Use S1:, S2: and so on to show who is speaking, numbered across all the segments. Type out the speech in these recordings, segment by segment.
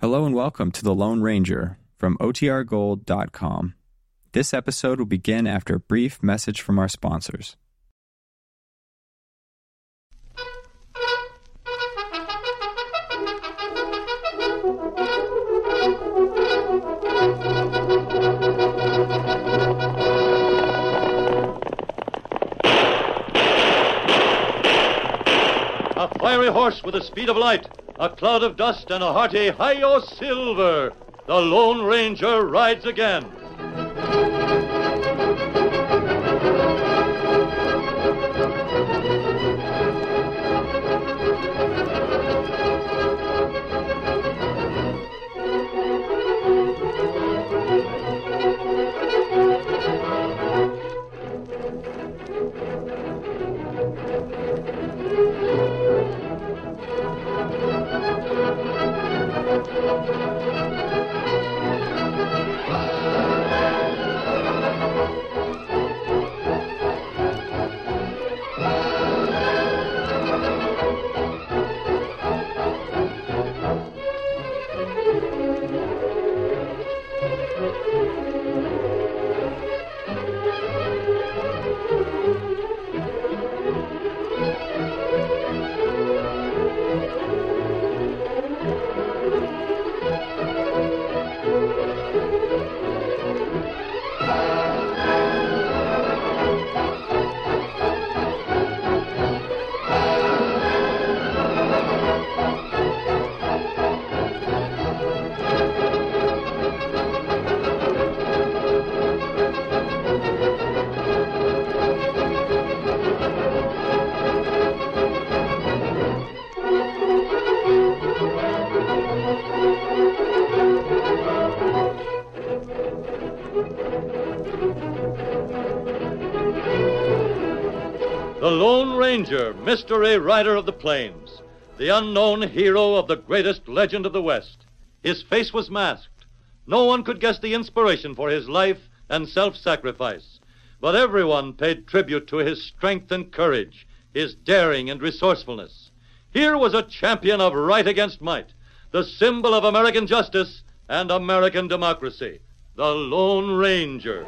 S1: Hello and welcome to The Lone Ranger from OTRGold.com. This episode will begin after a brief message from our sponsors.
S2: A fiery horse with the speed of light, a cloud of dust, and a hearty hi yo silver. The Lone Ranger rides again. The Lone Ranger, mystery rider of the plains, the unknown hero of the greatest legend of the West. His face was masked. No one could guess the inspiration for his life and self sacrifice, but everyone paid tribute to his strength and courage, his daring and resourcefulness. Here was a champion of right against might, the symbol of American justice and American democracy, the Lone Ranger.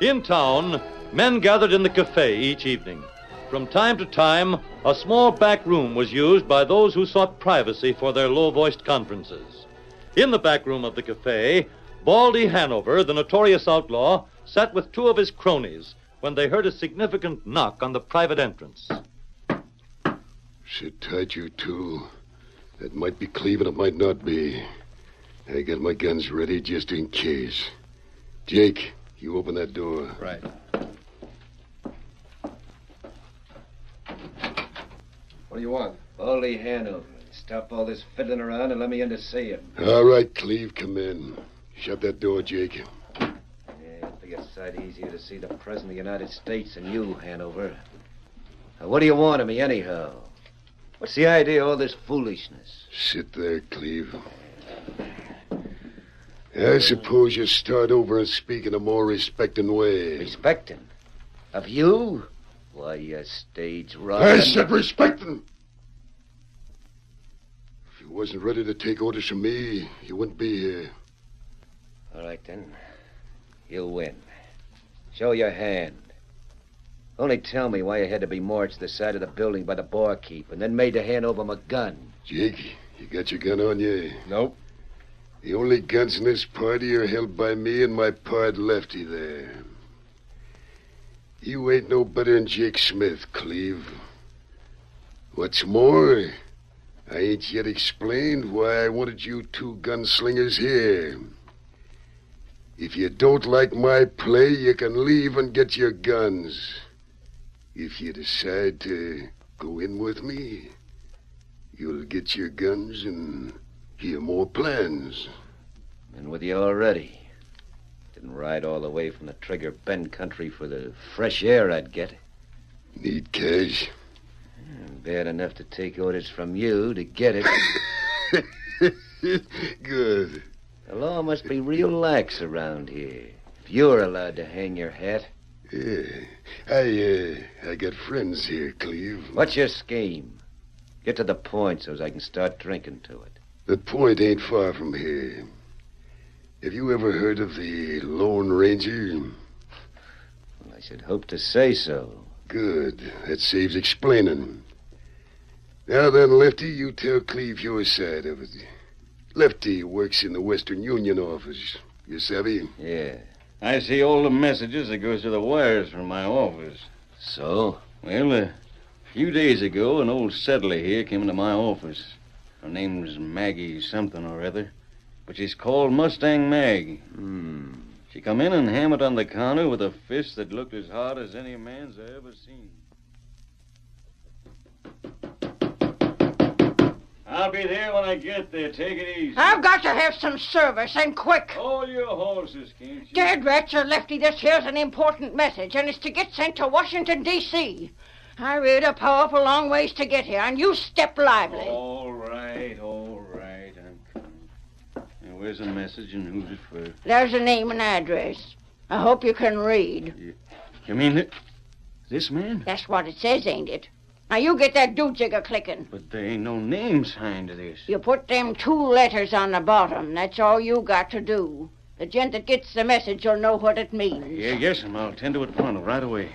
S2: In town, men gathered in the cafe each evening. From time to time, a small back room was used by those who sought privacy for their low voiced conferences. In the back room of the cafe, Baldy Hanover, the notorious outlaw, sat with two of his cronies when they heard a significant knock on the private entrance.
S3: Sit tight, you two. That might be Cleveland, it might not be. I got my guns ready just in case. Jake, you open that door.
S2: Right.
S4: What do you want? Baldy Hanover. Stop all this fiddling around and let me in to see him.
S3: All right, Cleve, come in. Shut that door, Jake.
S4: Yeah, it'd be a sight easier to see the President of the United States than you, Hanover. Now, what do you want of me, anyhow? What's the idea of all this foolishness?
S3: Sit there, Cleve. I suppose you start over and speak in a more respecting way.
S4: Respecting? Of you? Why, you stage
S3: I
S4: rotten.
S3: said respecting. If you wasn't ready to take orders from me, you wouldn't be here.
S4: All right, then. You win. Show your hand. Only tell me why you had to be marched to the side of the building by the barkeep and then made to hand over my gun.
S3: Jake, you got your gun on you?
S4: Nope.
S3: The only guns in this party are held by me and my pard Lefty there. You ain't no better than Jake Smith, Cleve. What's more, I ain't yet explained why I wanted you two gunslingers here. If you don't like my play, you can leave and get your guns. If you decide to go in with me, you'll get your guns and hear more plans.
S4: Been with you already. Didn't ride all the way from the Trigger Bend country for the fresh air I'd get.
S3: Need cash?
S4: Bad enough to take orders from you to get it.
S3: Good.
S4: the law must be real lax around here. If you're allowed to hang your hat,
S3: Yeah. I, uh, I got friends here, Cleve.
S4: What's your scheme? Get to the point so as I can start drinking to it.
S3: The point ain't far from here. Have you ever heard of the Lone Ranger?
S4: Well, I should hope to say so.
S3: Good. That saves explaining. Now then, Lefty, you tell Cleve your side of it. Lefty works in the Western Union office. You savvy?
S4: Yeah.
S5: I see all the messages that goes to the wires from my office.
S4: So?
S5: Well, a few days ago, an old settler here came into my office. Her name's Maggie something or other, but she's called Mustang Mag.
S4: Hmm.
S5: She come in and hammered on the counter with a fist that looked as hard as any man's I ever seen. I'll be there when I get there. Take it easy.
S6: I've got to have some service, and quick.
S5: Hold your horses, can't you?
S6: Dad Ratcher Lefty, this here's an important message, and it's to get sent to Washington, D.C. I rode a powerful long ways to get here, and you step lively.
S5: All right, all right. I'm coming. Now, where's the message and who's it for?
S6: There's a name and address. I hope you can read.
S5: You mean th- this man?
S6: That's what it says, ain't it? Now you get that doojigger clicking.
S5: But there ain't no name signed to this.
S6: You put them two letters on the bottom. That's all you got to do. The gent that gets the message will know what it means.
S5: Yeah, yes, and I'll tend to it pronto, right away.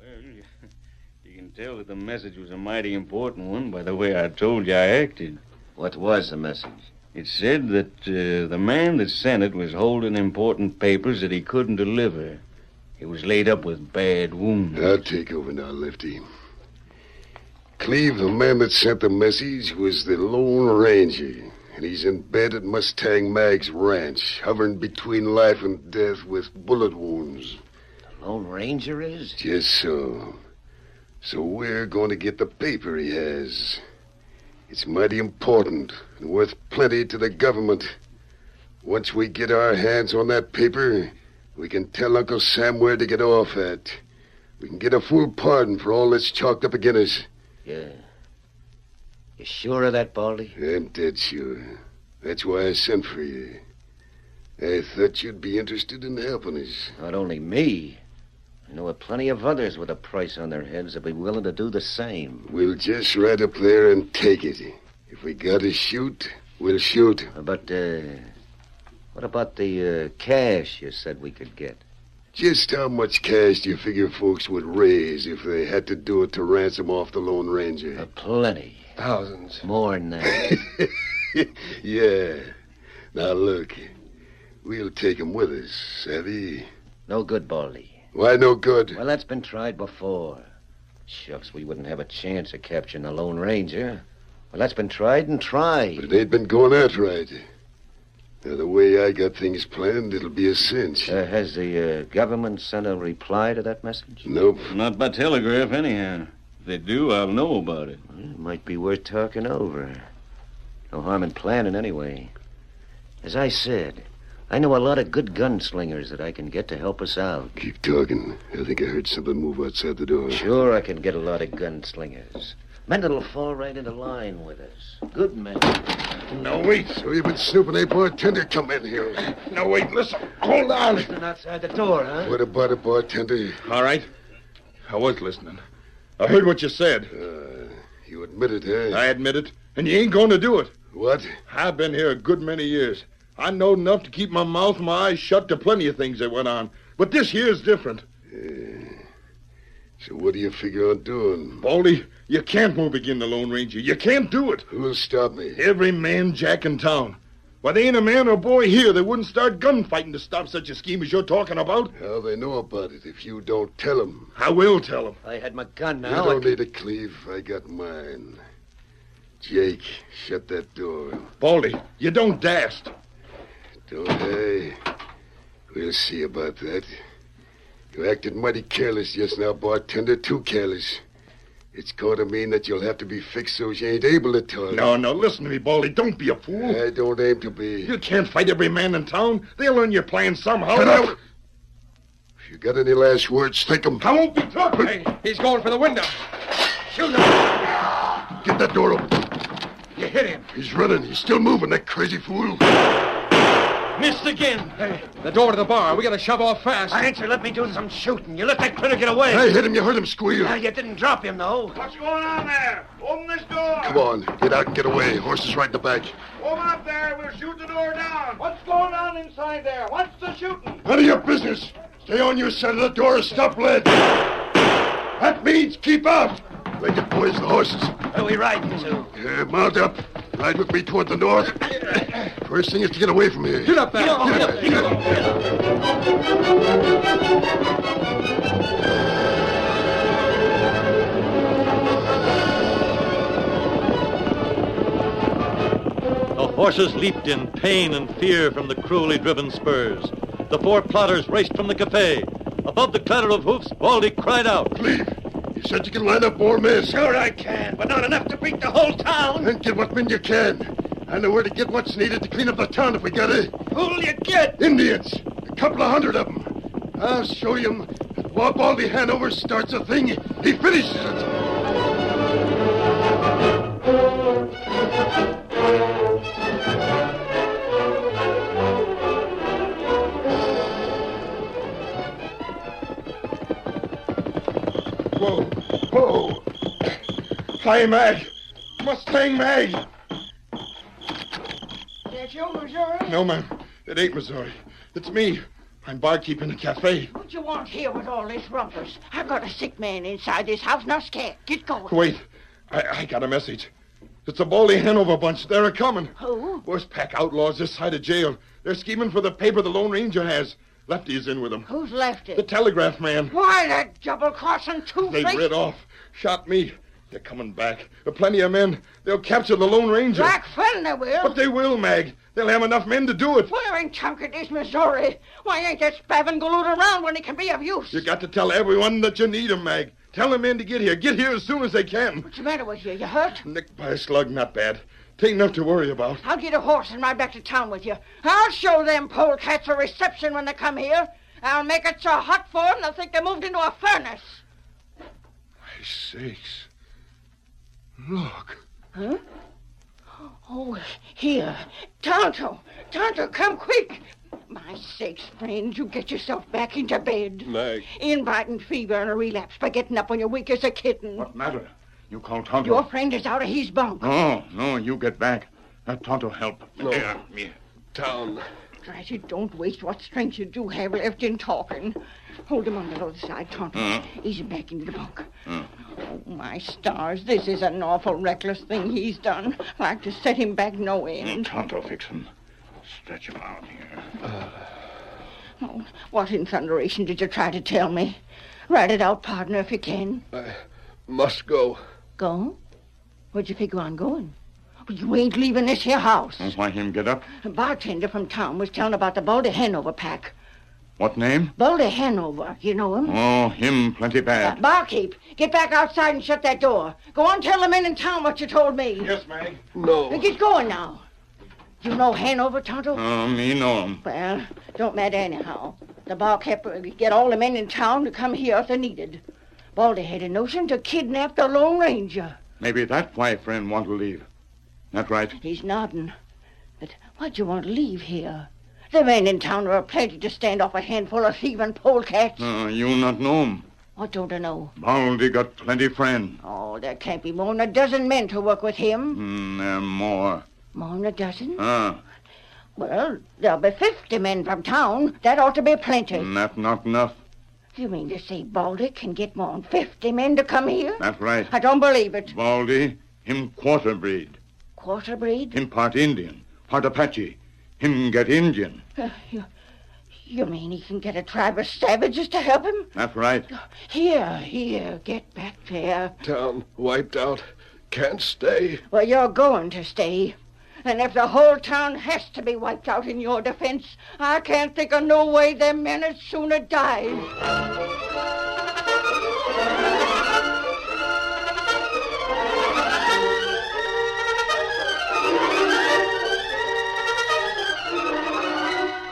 S5: Well, you- you can tell that the message was a mighty important one by the way I told you I acted.
S4: What was the message?
S5: It said that uh, the man that sent it was holding important papers that he couldn't deliver. He was laid up with bad wounds.
S3: I'll take over now, Lefty. Cleve, the man that sent the message, was the Lone Ranger, and he's in bed at Mustang Mag's ranch, hovering between life and death with bullet wounds.
S4: Lone Ranger is?
S3: Just so. So we're going to get the paper he has. It's mighty important and worth plenty to the government. Once we get our hands on that paper, we can tell Uncle Sam where to get off at. We can get a full pardon for all that's chalked up against us.
S4: Yeah. You sure of that, Baldy?
S3: I'm dead sure. That's why I sent for you. I thought you'd be interested in helping us.
S4: Not only me. I know of plenty of others with a price on their heads that'd be willing to do the same.
S3: We'll just ride up there and take it. If we gotta shoot, we'll shoot.
S4: But, uh, what about the uh, cash you said we could get?
S3: Just how much cash do you figure folks would raise if they had to do it to ransom off the Lone
S4: Uh,
S3: Ranger?
S4: plenty.
S7: Thousands.
S4: More than that.
S3: yeah. Now look, we'll take 'em with us, savvy?
S4: No good, Baldy.
S3: Why no good?
S4: Well, that's been tried before. Shucks, we wouldn't have a chance of capturing the Lone Ranger. Well, that's been tried and
S3: But
S4: tried.
S3: it ain't been going out right. Now the way I got things planned, it'll be a cinch.
S4: Uh, has the uh, government sent a reply to that message?
S3: Nope.
S5: Not by telegraph, anyhow. If they do, I'll know about it.
S4: Well, it might be worth talking over. No harm in planning, anyway. As I said, I know a lot of good gunslingers that I can get to help us out.
S3: Keep talking. I think I heard something move outside the door.
S4: Sure, I can get a lot of gunslingers. Men that'll fall right into line with us. Good men.
S3: No, wait. So you've been snooping, eh, bartender? Come in here. No, wait, listen. Hold on.
S4: Listen outside the door, huh?
S3: What about a bartender?
S7: All right. I was listening. I heard what you said.
S3: Uh, you admit it, eh?
S7: I admit it. And you ain't going to do it.
S3: What?
S7: I've been here a good many years. I know enough to keep my mouth and my eyes shut to plenty of things that went on. But this here's different.
S3: Uh, So what do you figure on doing?
S7: Baldy, you can't move again the Lone Ranger. You can't do it.
S3: Who'll stop me?
S7: Every man jack in town. Why, there ain't a man or boy here that wouldn't start gunfighting to stop such a scheme as you're talking about.
S3: How they know about it if you don't tell 'em?
S7: I will tell 'em.
S4: I had my gun
S3: you
S4: now. I
S3: don't
S4: could-
S3: need a cleave. I got mine. Jake, shut that door.
S7: Baldy, you don't dast.
S3: Don't I? We'll see about that. You acted mighty careless just now, bartender. Too careless. It's going to mean that you'll have to be fixed so you ain't able to talk.
S7: No, no, listen to me, Baldy. Don't be a fool.
S3: I don't aim to be.
S7: You can't fight every man in town. They'll learn your plan somehow.
S3: Shut up. If you got any last words, think 'em.
S7: I won't be talking.
S3: Hey,
S7: he's going for the window.
S3: Get that door open.
S5: You hit him.
S3: He's running. He's still moving, that crazy fool.
S5: Missed again.
S8: Hey, the door to the bar. We gotta shove off fast.
S5: Why didn't you let me do some shooting? You let that critter get away.
S3: I hit him. You heard him squeal.
S5: Now, you didn't drop him, though.
S9: What's going on there? Open this door.
S3: Come on. Get out and get away. Horse is right in the back.
S9: Open up there. We'll shoot the door down. What's going on inside there? What's the shooting?
S3: None of your business. Stay on your side of the door and stop lead. That means keep out. Make it boys the horses.
S5: Are we riding to?
S3: Yeah, mount up. Ride with me toward the north. First thing is to get away from here.
S8: Get up, there.
S3: Get up. Get up.
S2: The horses leaped in pain and fear from the cruelly driven spurs. The four plotters raced from the cafe. Above the clatter of hoofs, Baldy cried out.
S3: Leave. You said you can line up more men.
S5: Sure I can, but not enough to beat the whole town.
S3: And get what men you can. I know where to get what's needed to clean up the town if we got it.
S5: Who'll you get?
S3: Indians. A couple of hundred of them. I'll show you 'em. If Bob Baldy Hanover starts a thing, he finishes it.
S7: Whoa. Whoa. Flying Oh. Mag. Mustang Mag.
S6: That you, Missouri?
S7: No, ma'am. It ain't Missouri. It's me. I'm barkeep in the cafe.
S6: What you want here with all this rumpus? I've got a sick man inside this house, now scared. Get going.
S7: Wait. I, I got a message. It's the Baldy Hanover bunch. They're a coming.
S6: Who?
S7: Worst pack outlaws this side of jail. They're scheming for the paper the Lone Ranger has. Lefty is in with them.
S6: Who's left
S7: The
S6: it?
S7: telegraph man.
S6: Why, that double-crossing
S7: They
S6: two-faced
S7: rid off. Shot me. They're coming back. There are plenty of men. They'll capture the Lone Ranger.
S6: black fellow they will.
S7: But they will, Mag. They'll have enough men to do it.
S6: Where in Chunket is Missouri? Why ain't that spavin galoot around when he can be of use?
S7: You got to tell everyone that you need 'em, Mag. Tell them men to get here. Get here as soon as they can.
S6: What's the matter with you? You hurt?
S7: Nick by a slug, not bad. Tain't enough to worry about.
S6: I'll get a horse and ride back to town with you. I'll show them polecats a reception when they come here. I'll make it so hot for 'em they'll think they moved into a furnace.
S7: My sakes. Look.
S6: Oh, here. Tonto. Tonto, come quick. My sakes, friend, you get yourself back into bed.
S7: Mag.
S6: Inviting fever and a relapse by getting up when you're weak as a kitten.
S7: Matter. You call Tonto.
S6: Your friend is out of his bunk.
S7: No, no, you get back. That Tonto help. No. Here, me.
S3: Town.
S6: Drat it, don't waste what strength you do have left in talking. Hold him on the other side, Tonto.
S7: Mm.
S6: Ease him back into the bunk. Oh, my stars, this is an awful reckless thing he's done. Like to set him back no end.
S7: Mm, Tonto fix him. Stretch him out here.
S6: Oh, what in thunderation did you try to tell me? Write it out, partner, if you can.
S3: Must go.
S6: Go? Where'd you figure on going? Well, You ain't leaving this here house.
S7: Why him get up?
S6: A bartender from town was telling about the Baldy Hanover pack.
S7: What name?
S6: Baldy Hanover, you know him?
S7: Oh, him plenty bad.
S6: Barkeep, get back outside and shut that door. Go on, tell the men in town what you told me.
S7: Yes, Mag.
S6: Now
S3: No.
S6: Get going now. You know Hanover, Tonto?
S7: Oh, me know him.
S6: Well, don't matter anyhow. The barkeep will get all the men in town to come here if they're needed. Baldy had a notion to kidnap the Lone Ranger.
S7: Maybe that why friend want to leave. That right?
S6: He's nodding. But why'd you want to leave here? The men in town are plenty to stand off a handful of thieving polecats.
S7: Uh, you not know him.
S6: What don't I know?
S7: Baldy got plenty friend.
S6: Oh, there can't be more than a dozen men to work with
S10: Hmm.
S6: him.
S7: Mm, there more.
S6: More than a dozen?
S7: Ah,
S6: Well, there'll be 50 men from town. That ought to be plenty.
S10: Hmm.
S7: that not enough.
S6: You mean to say Baldy can get more than 50 men to come here?
S7: That right.
S6: I don't believe it.
S7: Baldy, him quarter breed.
S6: Quarter breed?
S7: Him part Indian, part Apache. Him get Indian.
S6: Uh, You, you mean he can get a tribe of savages to help him?
S7: That right.
S6: Here, here, get back there.
S3: Town wiped out. Can't stay.
S6: Well, you're going to stay. And if the whole town has to be wiped out in your defense, I can't think of no way them men'd sooner die.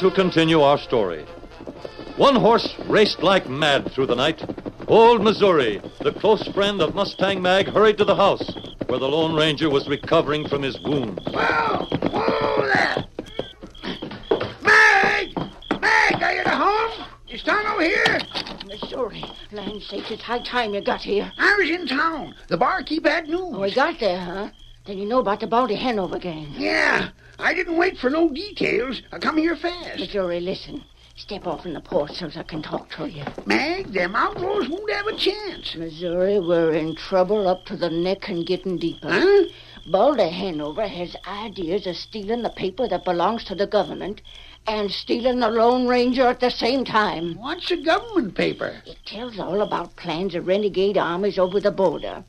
S2: to continue our story. One horse raced like mad through the night. Old Missouri, the close friend of Mustang Mag, hurried to the house where the Lone Ranger was recovering from his wound.
S9: Whoa! Whoa there! Mag! Mag, are you at home? You stand over here?
S6: Missouri, land sakes, it's high time you got here.
S9: I was in town. The barkeep had news.
S6: Oh, we got there, huh? Then you know about the Bounty Hanover gang.
S9: Yeah. I didn't wait for no details. I come here fast.
S6: Missouri, listen. Step off in the porch so I can talk to you.
S9: Mag, them outlaws won't have a chance.
S6: Missouri, we're in trouble up to the neck and getting deeper.
S9: Huh?
S6: Baldy Hanover has ideas of stealing the paper that belongs to the government and stealing the Lone Ranger at the same time.
S9: What's a government paper?
S6: It tells all about plans of renegade armies over the border.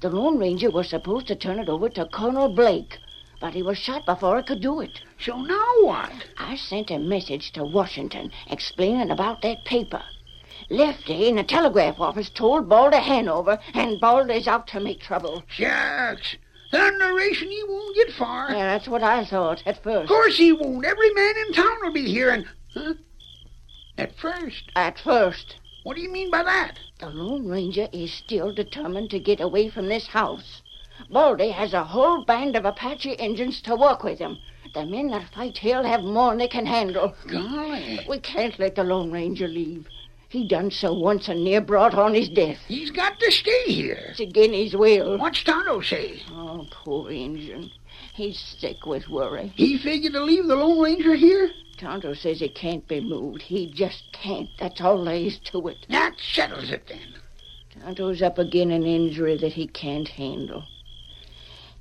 S6: The Lone Ranger was supposed to turn it over to Colonel Blake, but he was shot before he could do it.
S9: So now what?
S6: I sent a message to Washington explaining about that paper. Lefty in the telegraph office told Baldy Hanover, and Baldy's out to make trouble.
S9: Shucks. That narration he won't get far.
S6: Yeah, that's what I thought at
S9: Of
S6: first.
S9: course he won't. Every man in town will be here and. Huh? At first.
S6: At first.
S9: What do you mean by that?
S6: The Lone Ranger is still determined to get away from this house. Baldy has a whole band of Apache Indians to work with him. The men that fight here'll have more than they can handle.
S9: Golly.
S6: We can't let the Lone Ranger leave. He done so once and near brought on his death.
S9: He's got to stay here.
S6: It's again his will.
S9: What's Tonto say?
S6: Oh, poor Injun. He's sick with worry.
S9: He figured to leave the Lone Ranger here?
S6: Tonto says he can't be moved. He just can't. That's all there is to it.
S9: That settles it then.
S6: Tonto's up again an injury that he can't handle.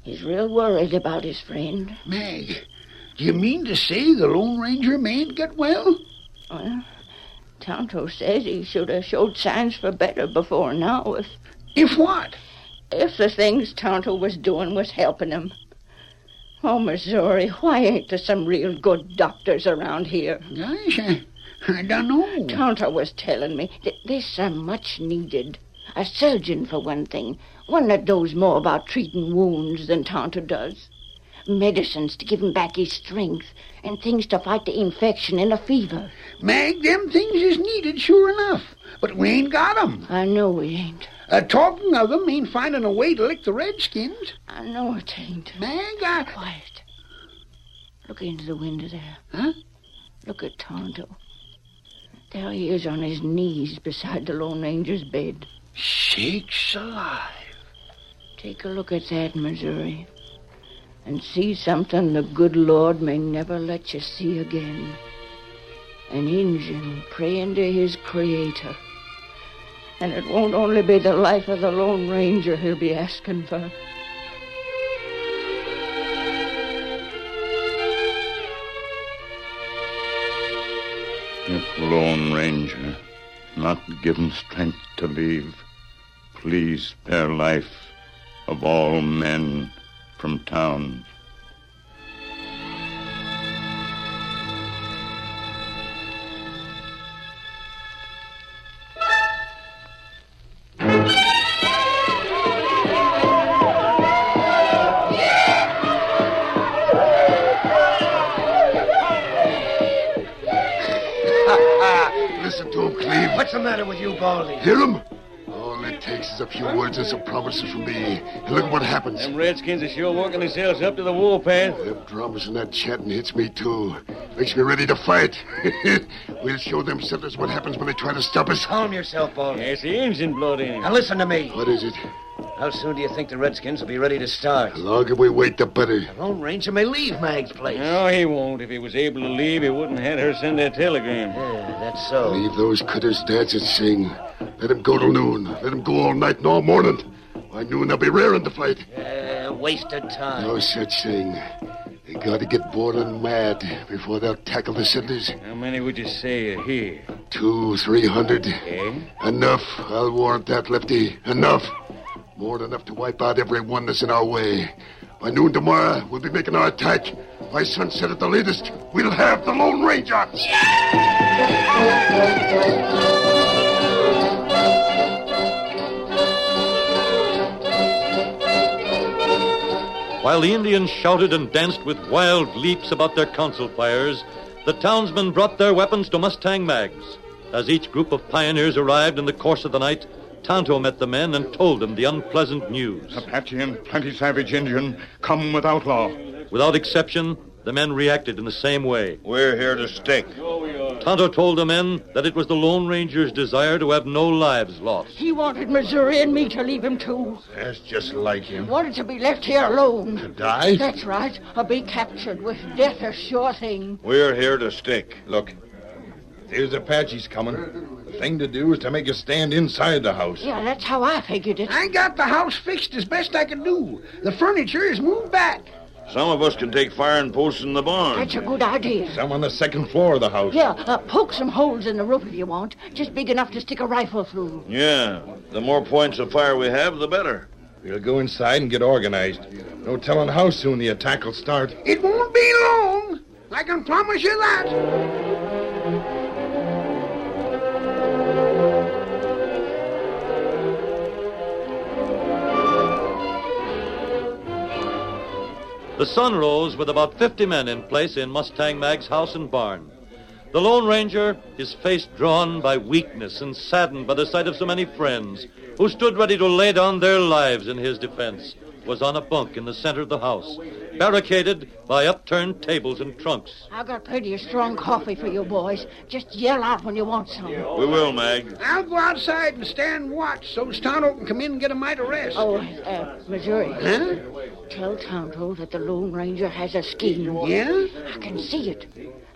S6: He's real worried about his friend.
S9: Mag, do you mean to say the Lone Ranger man got well?
S6: Well, Tonto says he should have showed signs for better before now if,
S9: If what?
S6: if the things Tonto was doing was helping him. Oh, Missouri, why ain't there some real good doctors around here?
S9: Gosh, I, I don't know.
S6: Tonto was telling me that there's some much needed. A surgeon, for one thing. One that knows more about treating wounds than Tonto does. Medicines to give him back his strength, and things to fight the infection and the fever.
S9: Mag, them things is needed sure enough. But we ain't got 'em.
S6: I know we ain't.
S9: A talking of 'em ain't finding a way to lick the Redskins.
S6: I know it ain't.
S9: Mag, I...
S6: Quiet. Look into the window there.
S9: Huh?
S6: Look at Tonto. There he is on his knees beside the Lone Ranger's bed.
S9: Shakes alive.
S6: Take a look at that, Missouri, and see something the good Lord may never let you see again. An Injun praying to his Creator. And it won't only be the life of the Lone Ranger he'll be asking for.
S5: If Lone Ranger, not given strength to leave, please spare life of all men from town.
S3: Listen to him, Cleve.
S4: What's the matter with you, Baldy?
S3: Hear him? All it takes is a few words and some promises from me. And look what happens. Oh,
S5: Them Redskins are sure working themselves up to the warpath.
S3: Them drums and that chanting hits me, too. Makes me ready to fight. we'll show them settlers what happens when they try to stop us.
S4: Calm yourself, Baldy.
S5: There's the engine blood in him.
S4: Now listen to me.
S3: What is it?
S4: How soon do you think the Redskins will be ready to start?
S3: The longer we wait, the better.
S4: The Lone Ranger may leave Mag's place.
S5: No, he won't. If he was able to leave, he wouldn't have had her send that telegram.
S4: Yeah, that's so.
S3: Leave those critters dance and sing. Let 'em go till noon. Let 'em go all night and all morning. By noon, they'll be raring to fight.
S4: Uh, wasted time.
S3: No such thing. They gotta get bored and mad before they'll tackle the settlers.
S5: How many would you say are here?
S3: Two, three hundred.
S5: Eh?
S3: Enough. I'll warrant that, Lefty. Enough. More than enough to wipe out everyone that's in our way. By noon tomorrow, we'll be making our attack. By sunset at the latest, we'll have the Lone Ranger.
S2: While the Indians shouted and danced with wild leaps about their council fires, The townsmen brought their weapons to Mustang Mag's. As each group of pioneers arrived in the course of the night, Tonto met the men and told them the unpleasant news.
S7: Apache and plenty savage Indian come with outlaw.
S2: Without exception, the men reacted in the same way.
S10: We're here to stick.
S2: Tonto told the men that it was the Lone Ranger's desire to have no lives lost.
S6: He wanted Missouri and me to leave him too.
S7: That's just like him.
S6: Wanted to be left here alone.
S7: To die?
S6: That's right. Or be captured with death a sure thing.
S10: We're here to stick.
S7: Look, there's Apaches coming. The thing to do is to make us stand inside the house.
S6: Yeah, that's how I figured it.
S11: I got the house fixed as best I could do. The furniture is moved back.
S10: Some of us can take firing posts in the barn.
S6: That's a good idea.
S7: Some on the second floor of the house.
S6: Yeah, uh, poke some holes in the roof if you want, just big enough to stick a rifle through.
S10: Yeah. The more points of fire we have, the better.
S7: We'll go inside and get organized. No telling how soon the attack will start.
S11: It won't be long. I can promise you that.
S2: The sun rose with about 50 men in place in Mustang Mag's house and barn. The Lone Ranger, his face drawn by weakness and saddened by the sight of so many friends who stood ready to lay down their lives in his defense, was on a bunk in the center of the house, barricaded by upturned tables and trunks.
S6: I got plenty of strong coffee for you boys. Just yell out when you want some.
S10: We will, Mag.
S11: I'll go outside and stand watch so Tonto can come in and get a mite of rest.
S6: Oh, uh, Missouri.
S11: Huh?
S6: Tell Tonto that the Lone Ranger has a scheme.
S11: Yeah?
S6: I can see it.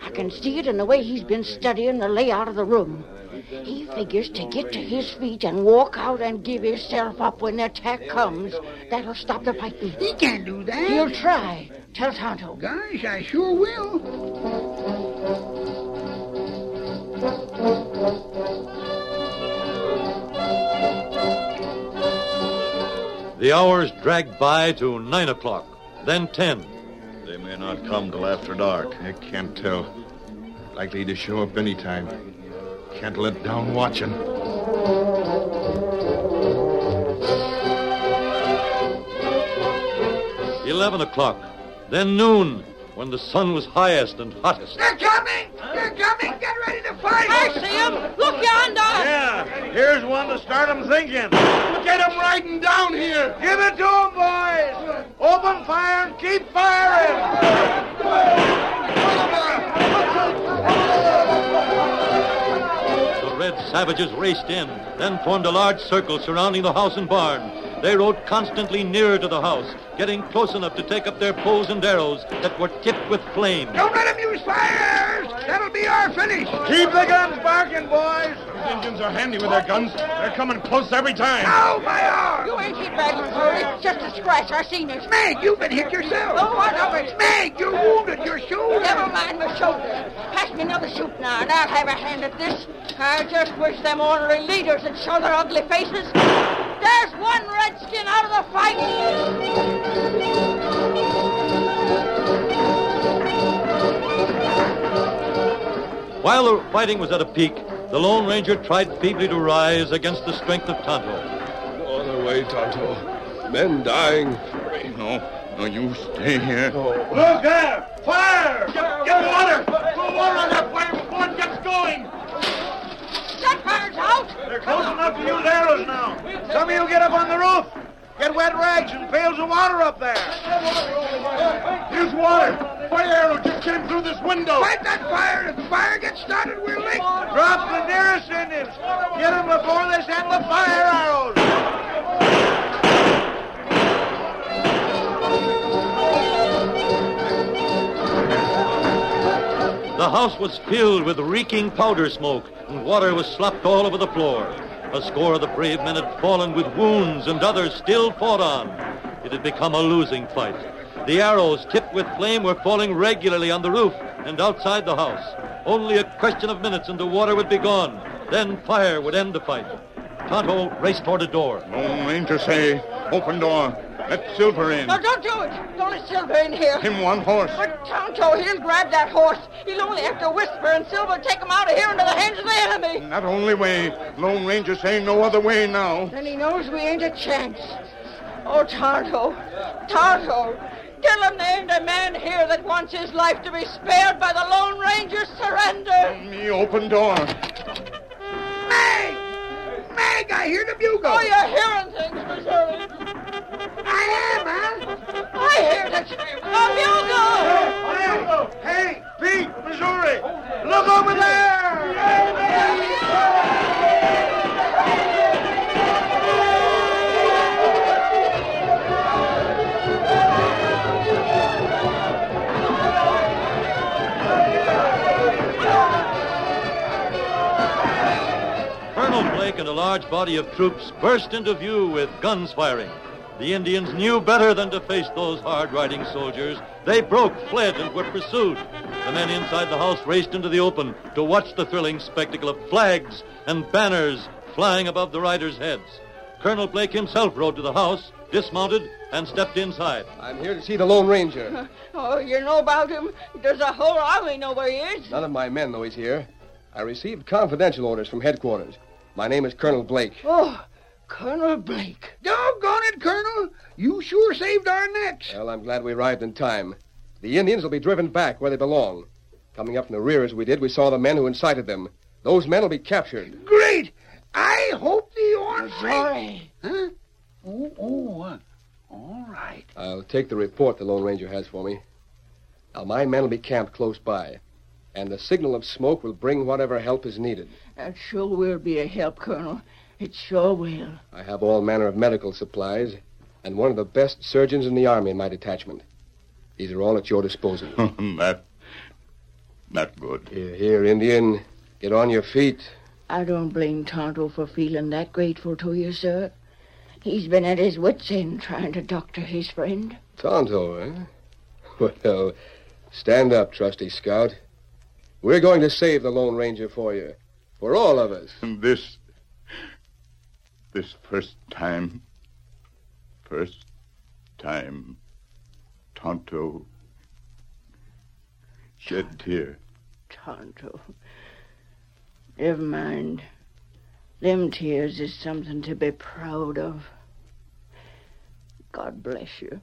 S6: I can see it in the way he's been studying the layout of the room. He figures to get to his feet and walk out and give himself up when the attack comes. That'll stop the fighting.
S11: He can't do that.
S6: He'll try. Tell Tonto.
S11: Gosh, I sure will.
S2: The hours dragged by to 9 o'clock, then 10.
S10: They may not come till after dark.
S7: I can't tell. Likely to show up any time. Can't let down watching.
S2: Eleven o'clock, then noon, when the sun was highest and hottest.
S11: They're coming! They're coming! Get ready to fight!
S12: I see him! Look yonder!
S10: Yeah, here's one to start 'em thinking.
S7: Look at them riding down here!
S9: Give it to 'em, boys! Open fire and keep firing!
S2: The red savages raced in, then formed a large circle surrounding the house and barn. They rode constantly nearer to the house, getting close enough to take up their bows and arrows that were tipped with flame.
S11: Don't let them use fires! That'll be our finish.
S9: Keep the guns barking, boys!
S7: These Indians are handy with their guns. They're coming close every time.
S11: Ow, my arm!
S6: You ain't hit bad, Missouri. Just a scratch. I seen it.
S11: Meg, you've been hit yourself.
S6: Oh, what of it?
S11: Meg, you're wounded. Your shoulder.
S6: Never mind my shoulder. Pass me another soup now, and I'll have a hand at this. I just wish them ornery leaders would show their ugly faces. There's one redskin out of the fight.
S2: While the fighting was at a peak, the Lone Ranger tried feebly to rise against the strength of Tonto.
S7: No other way, Tonto. Men dying. No, no, you stay here.
S9: Look there! Fire! Get, get water! Put water on that fire before it gets going!
S6: That fire's out.
S9: They're close enough to use arrows now. Some of you get up on the roof. Get wet rags and pails of water up there.
S7: Here's water. My arrow just came through this window.
S11: Fight that fire. If the fire gets started, we're licked.
S9: Drop the nearest Indians. Get them before they send the fire arrows.
S2: The house was filled with reeking powder smoke, and water was slopped all over the floor. A score of the brave men had fallen with wounds, and others still fought on. It had become a losing fight. The arrows tipped with flame were falling regularly on the roof and outside the house. Only a question of minutes, and the water would be gone. Then fire would end the fight. Tonto raced toward a door.
S7: No aim to say. Open door. Let Silver in.
S6: No, don't do it. Don't let Silver in here.
S7: Him one horse.
S6: But Tonto, he'll grab that horse. He'll only have to whisper, and Silver take him out of here into the hands of the enemy.
S7: That only way. Lone Ranger say no other way now.
S6: Then he knows we ain't a chance. Oh, Tonto, Tonto, Dillon named a man here that wants his life to be spared by the Lone Ranger surrender.
S7: Me open door.
S11: Meg! Meg, I hear the bugle.
S6: Oh, you're hearing things, Miss Hurley.
S11: I am, huh?
S6: I hear the scream. The bugle!
S9: Hey, Pete, Missouri, look over there!
S2: Colonel Blake and a large body of troops burst into view with guns firing. The Indians knew better than to face those hard riding soldiers. They broke, fled, and were pursued. The men inside the house raced into the open to watch the thrilling spectacle of flags and banners flying above the riders' heads. Colonel Blake himself rode to the house, dismounted, and stepped inside.
S8: I'm here to see the Lone Ranger.
S6: Oh, you know about him? There's a whole army know where he is.
S8: None of my men know he's here. I received confidential orders from headquarters. My name is Colonel Blake.
S6: Oh, Colonel Blake.
S11: Doggone it, Colonel. You sure saved our necks.
S8: Well, I'm glad we arrived in time. The Indians will be driven back where they belong. Coming up in the rear as we did, we saw the men who incited them. Those men will be captured.
S11: Great. I hope the orange.
S6: Sorry.
S11: Huh? Oh, oh, uh, all right.
S8: I'll take the report the Lone Ranger has for me. Now, my men will be camped close by, and the signal of smoke will bring whatever help is needed.
S6: That sure will be a help, Colonel. It sure will.
S8: I have all manner of medical supplies and one of the best surgeons in the army in my detachment. These are all at your disposal.
S10: not, not good.
S8: Here, here, Indian. Get on your feet.
S6: I don't blame Tonto for feeling that grateful to you, sir. He's been at his wits' end trying to doctor his friend.
S8: Tonto, eh? Well, stand up, trusty scout. We're going to save the Lone Ranger for you. For all of us.
S10: And this. This first time. First time. Tonto. Shed tear.
S6: Tonto. Never mind. Them tears is something to be proud of. God bless you.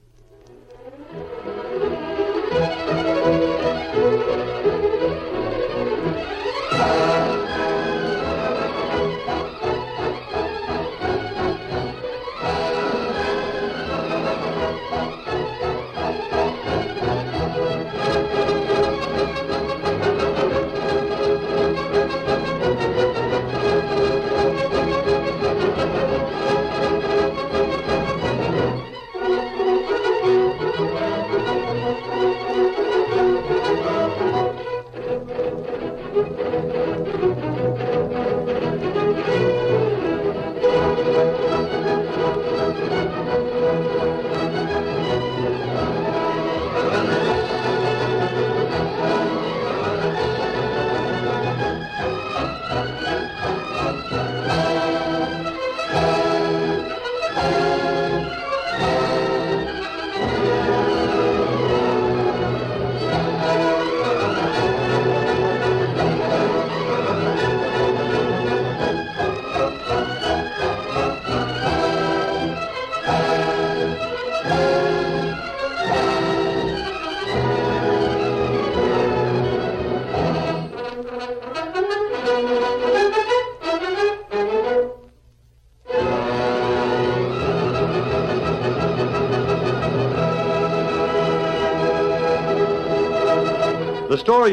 S2: The story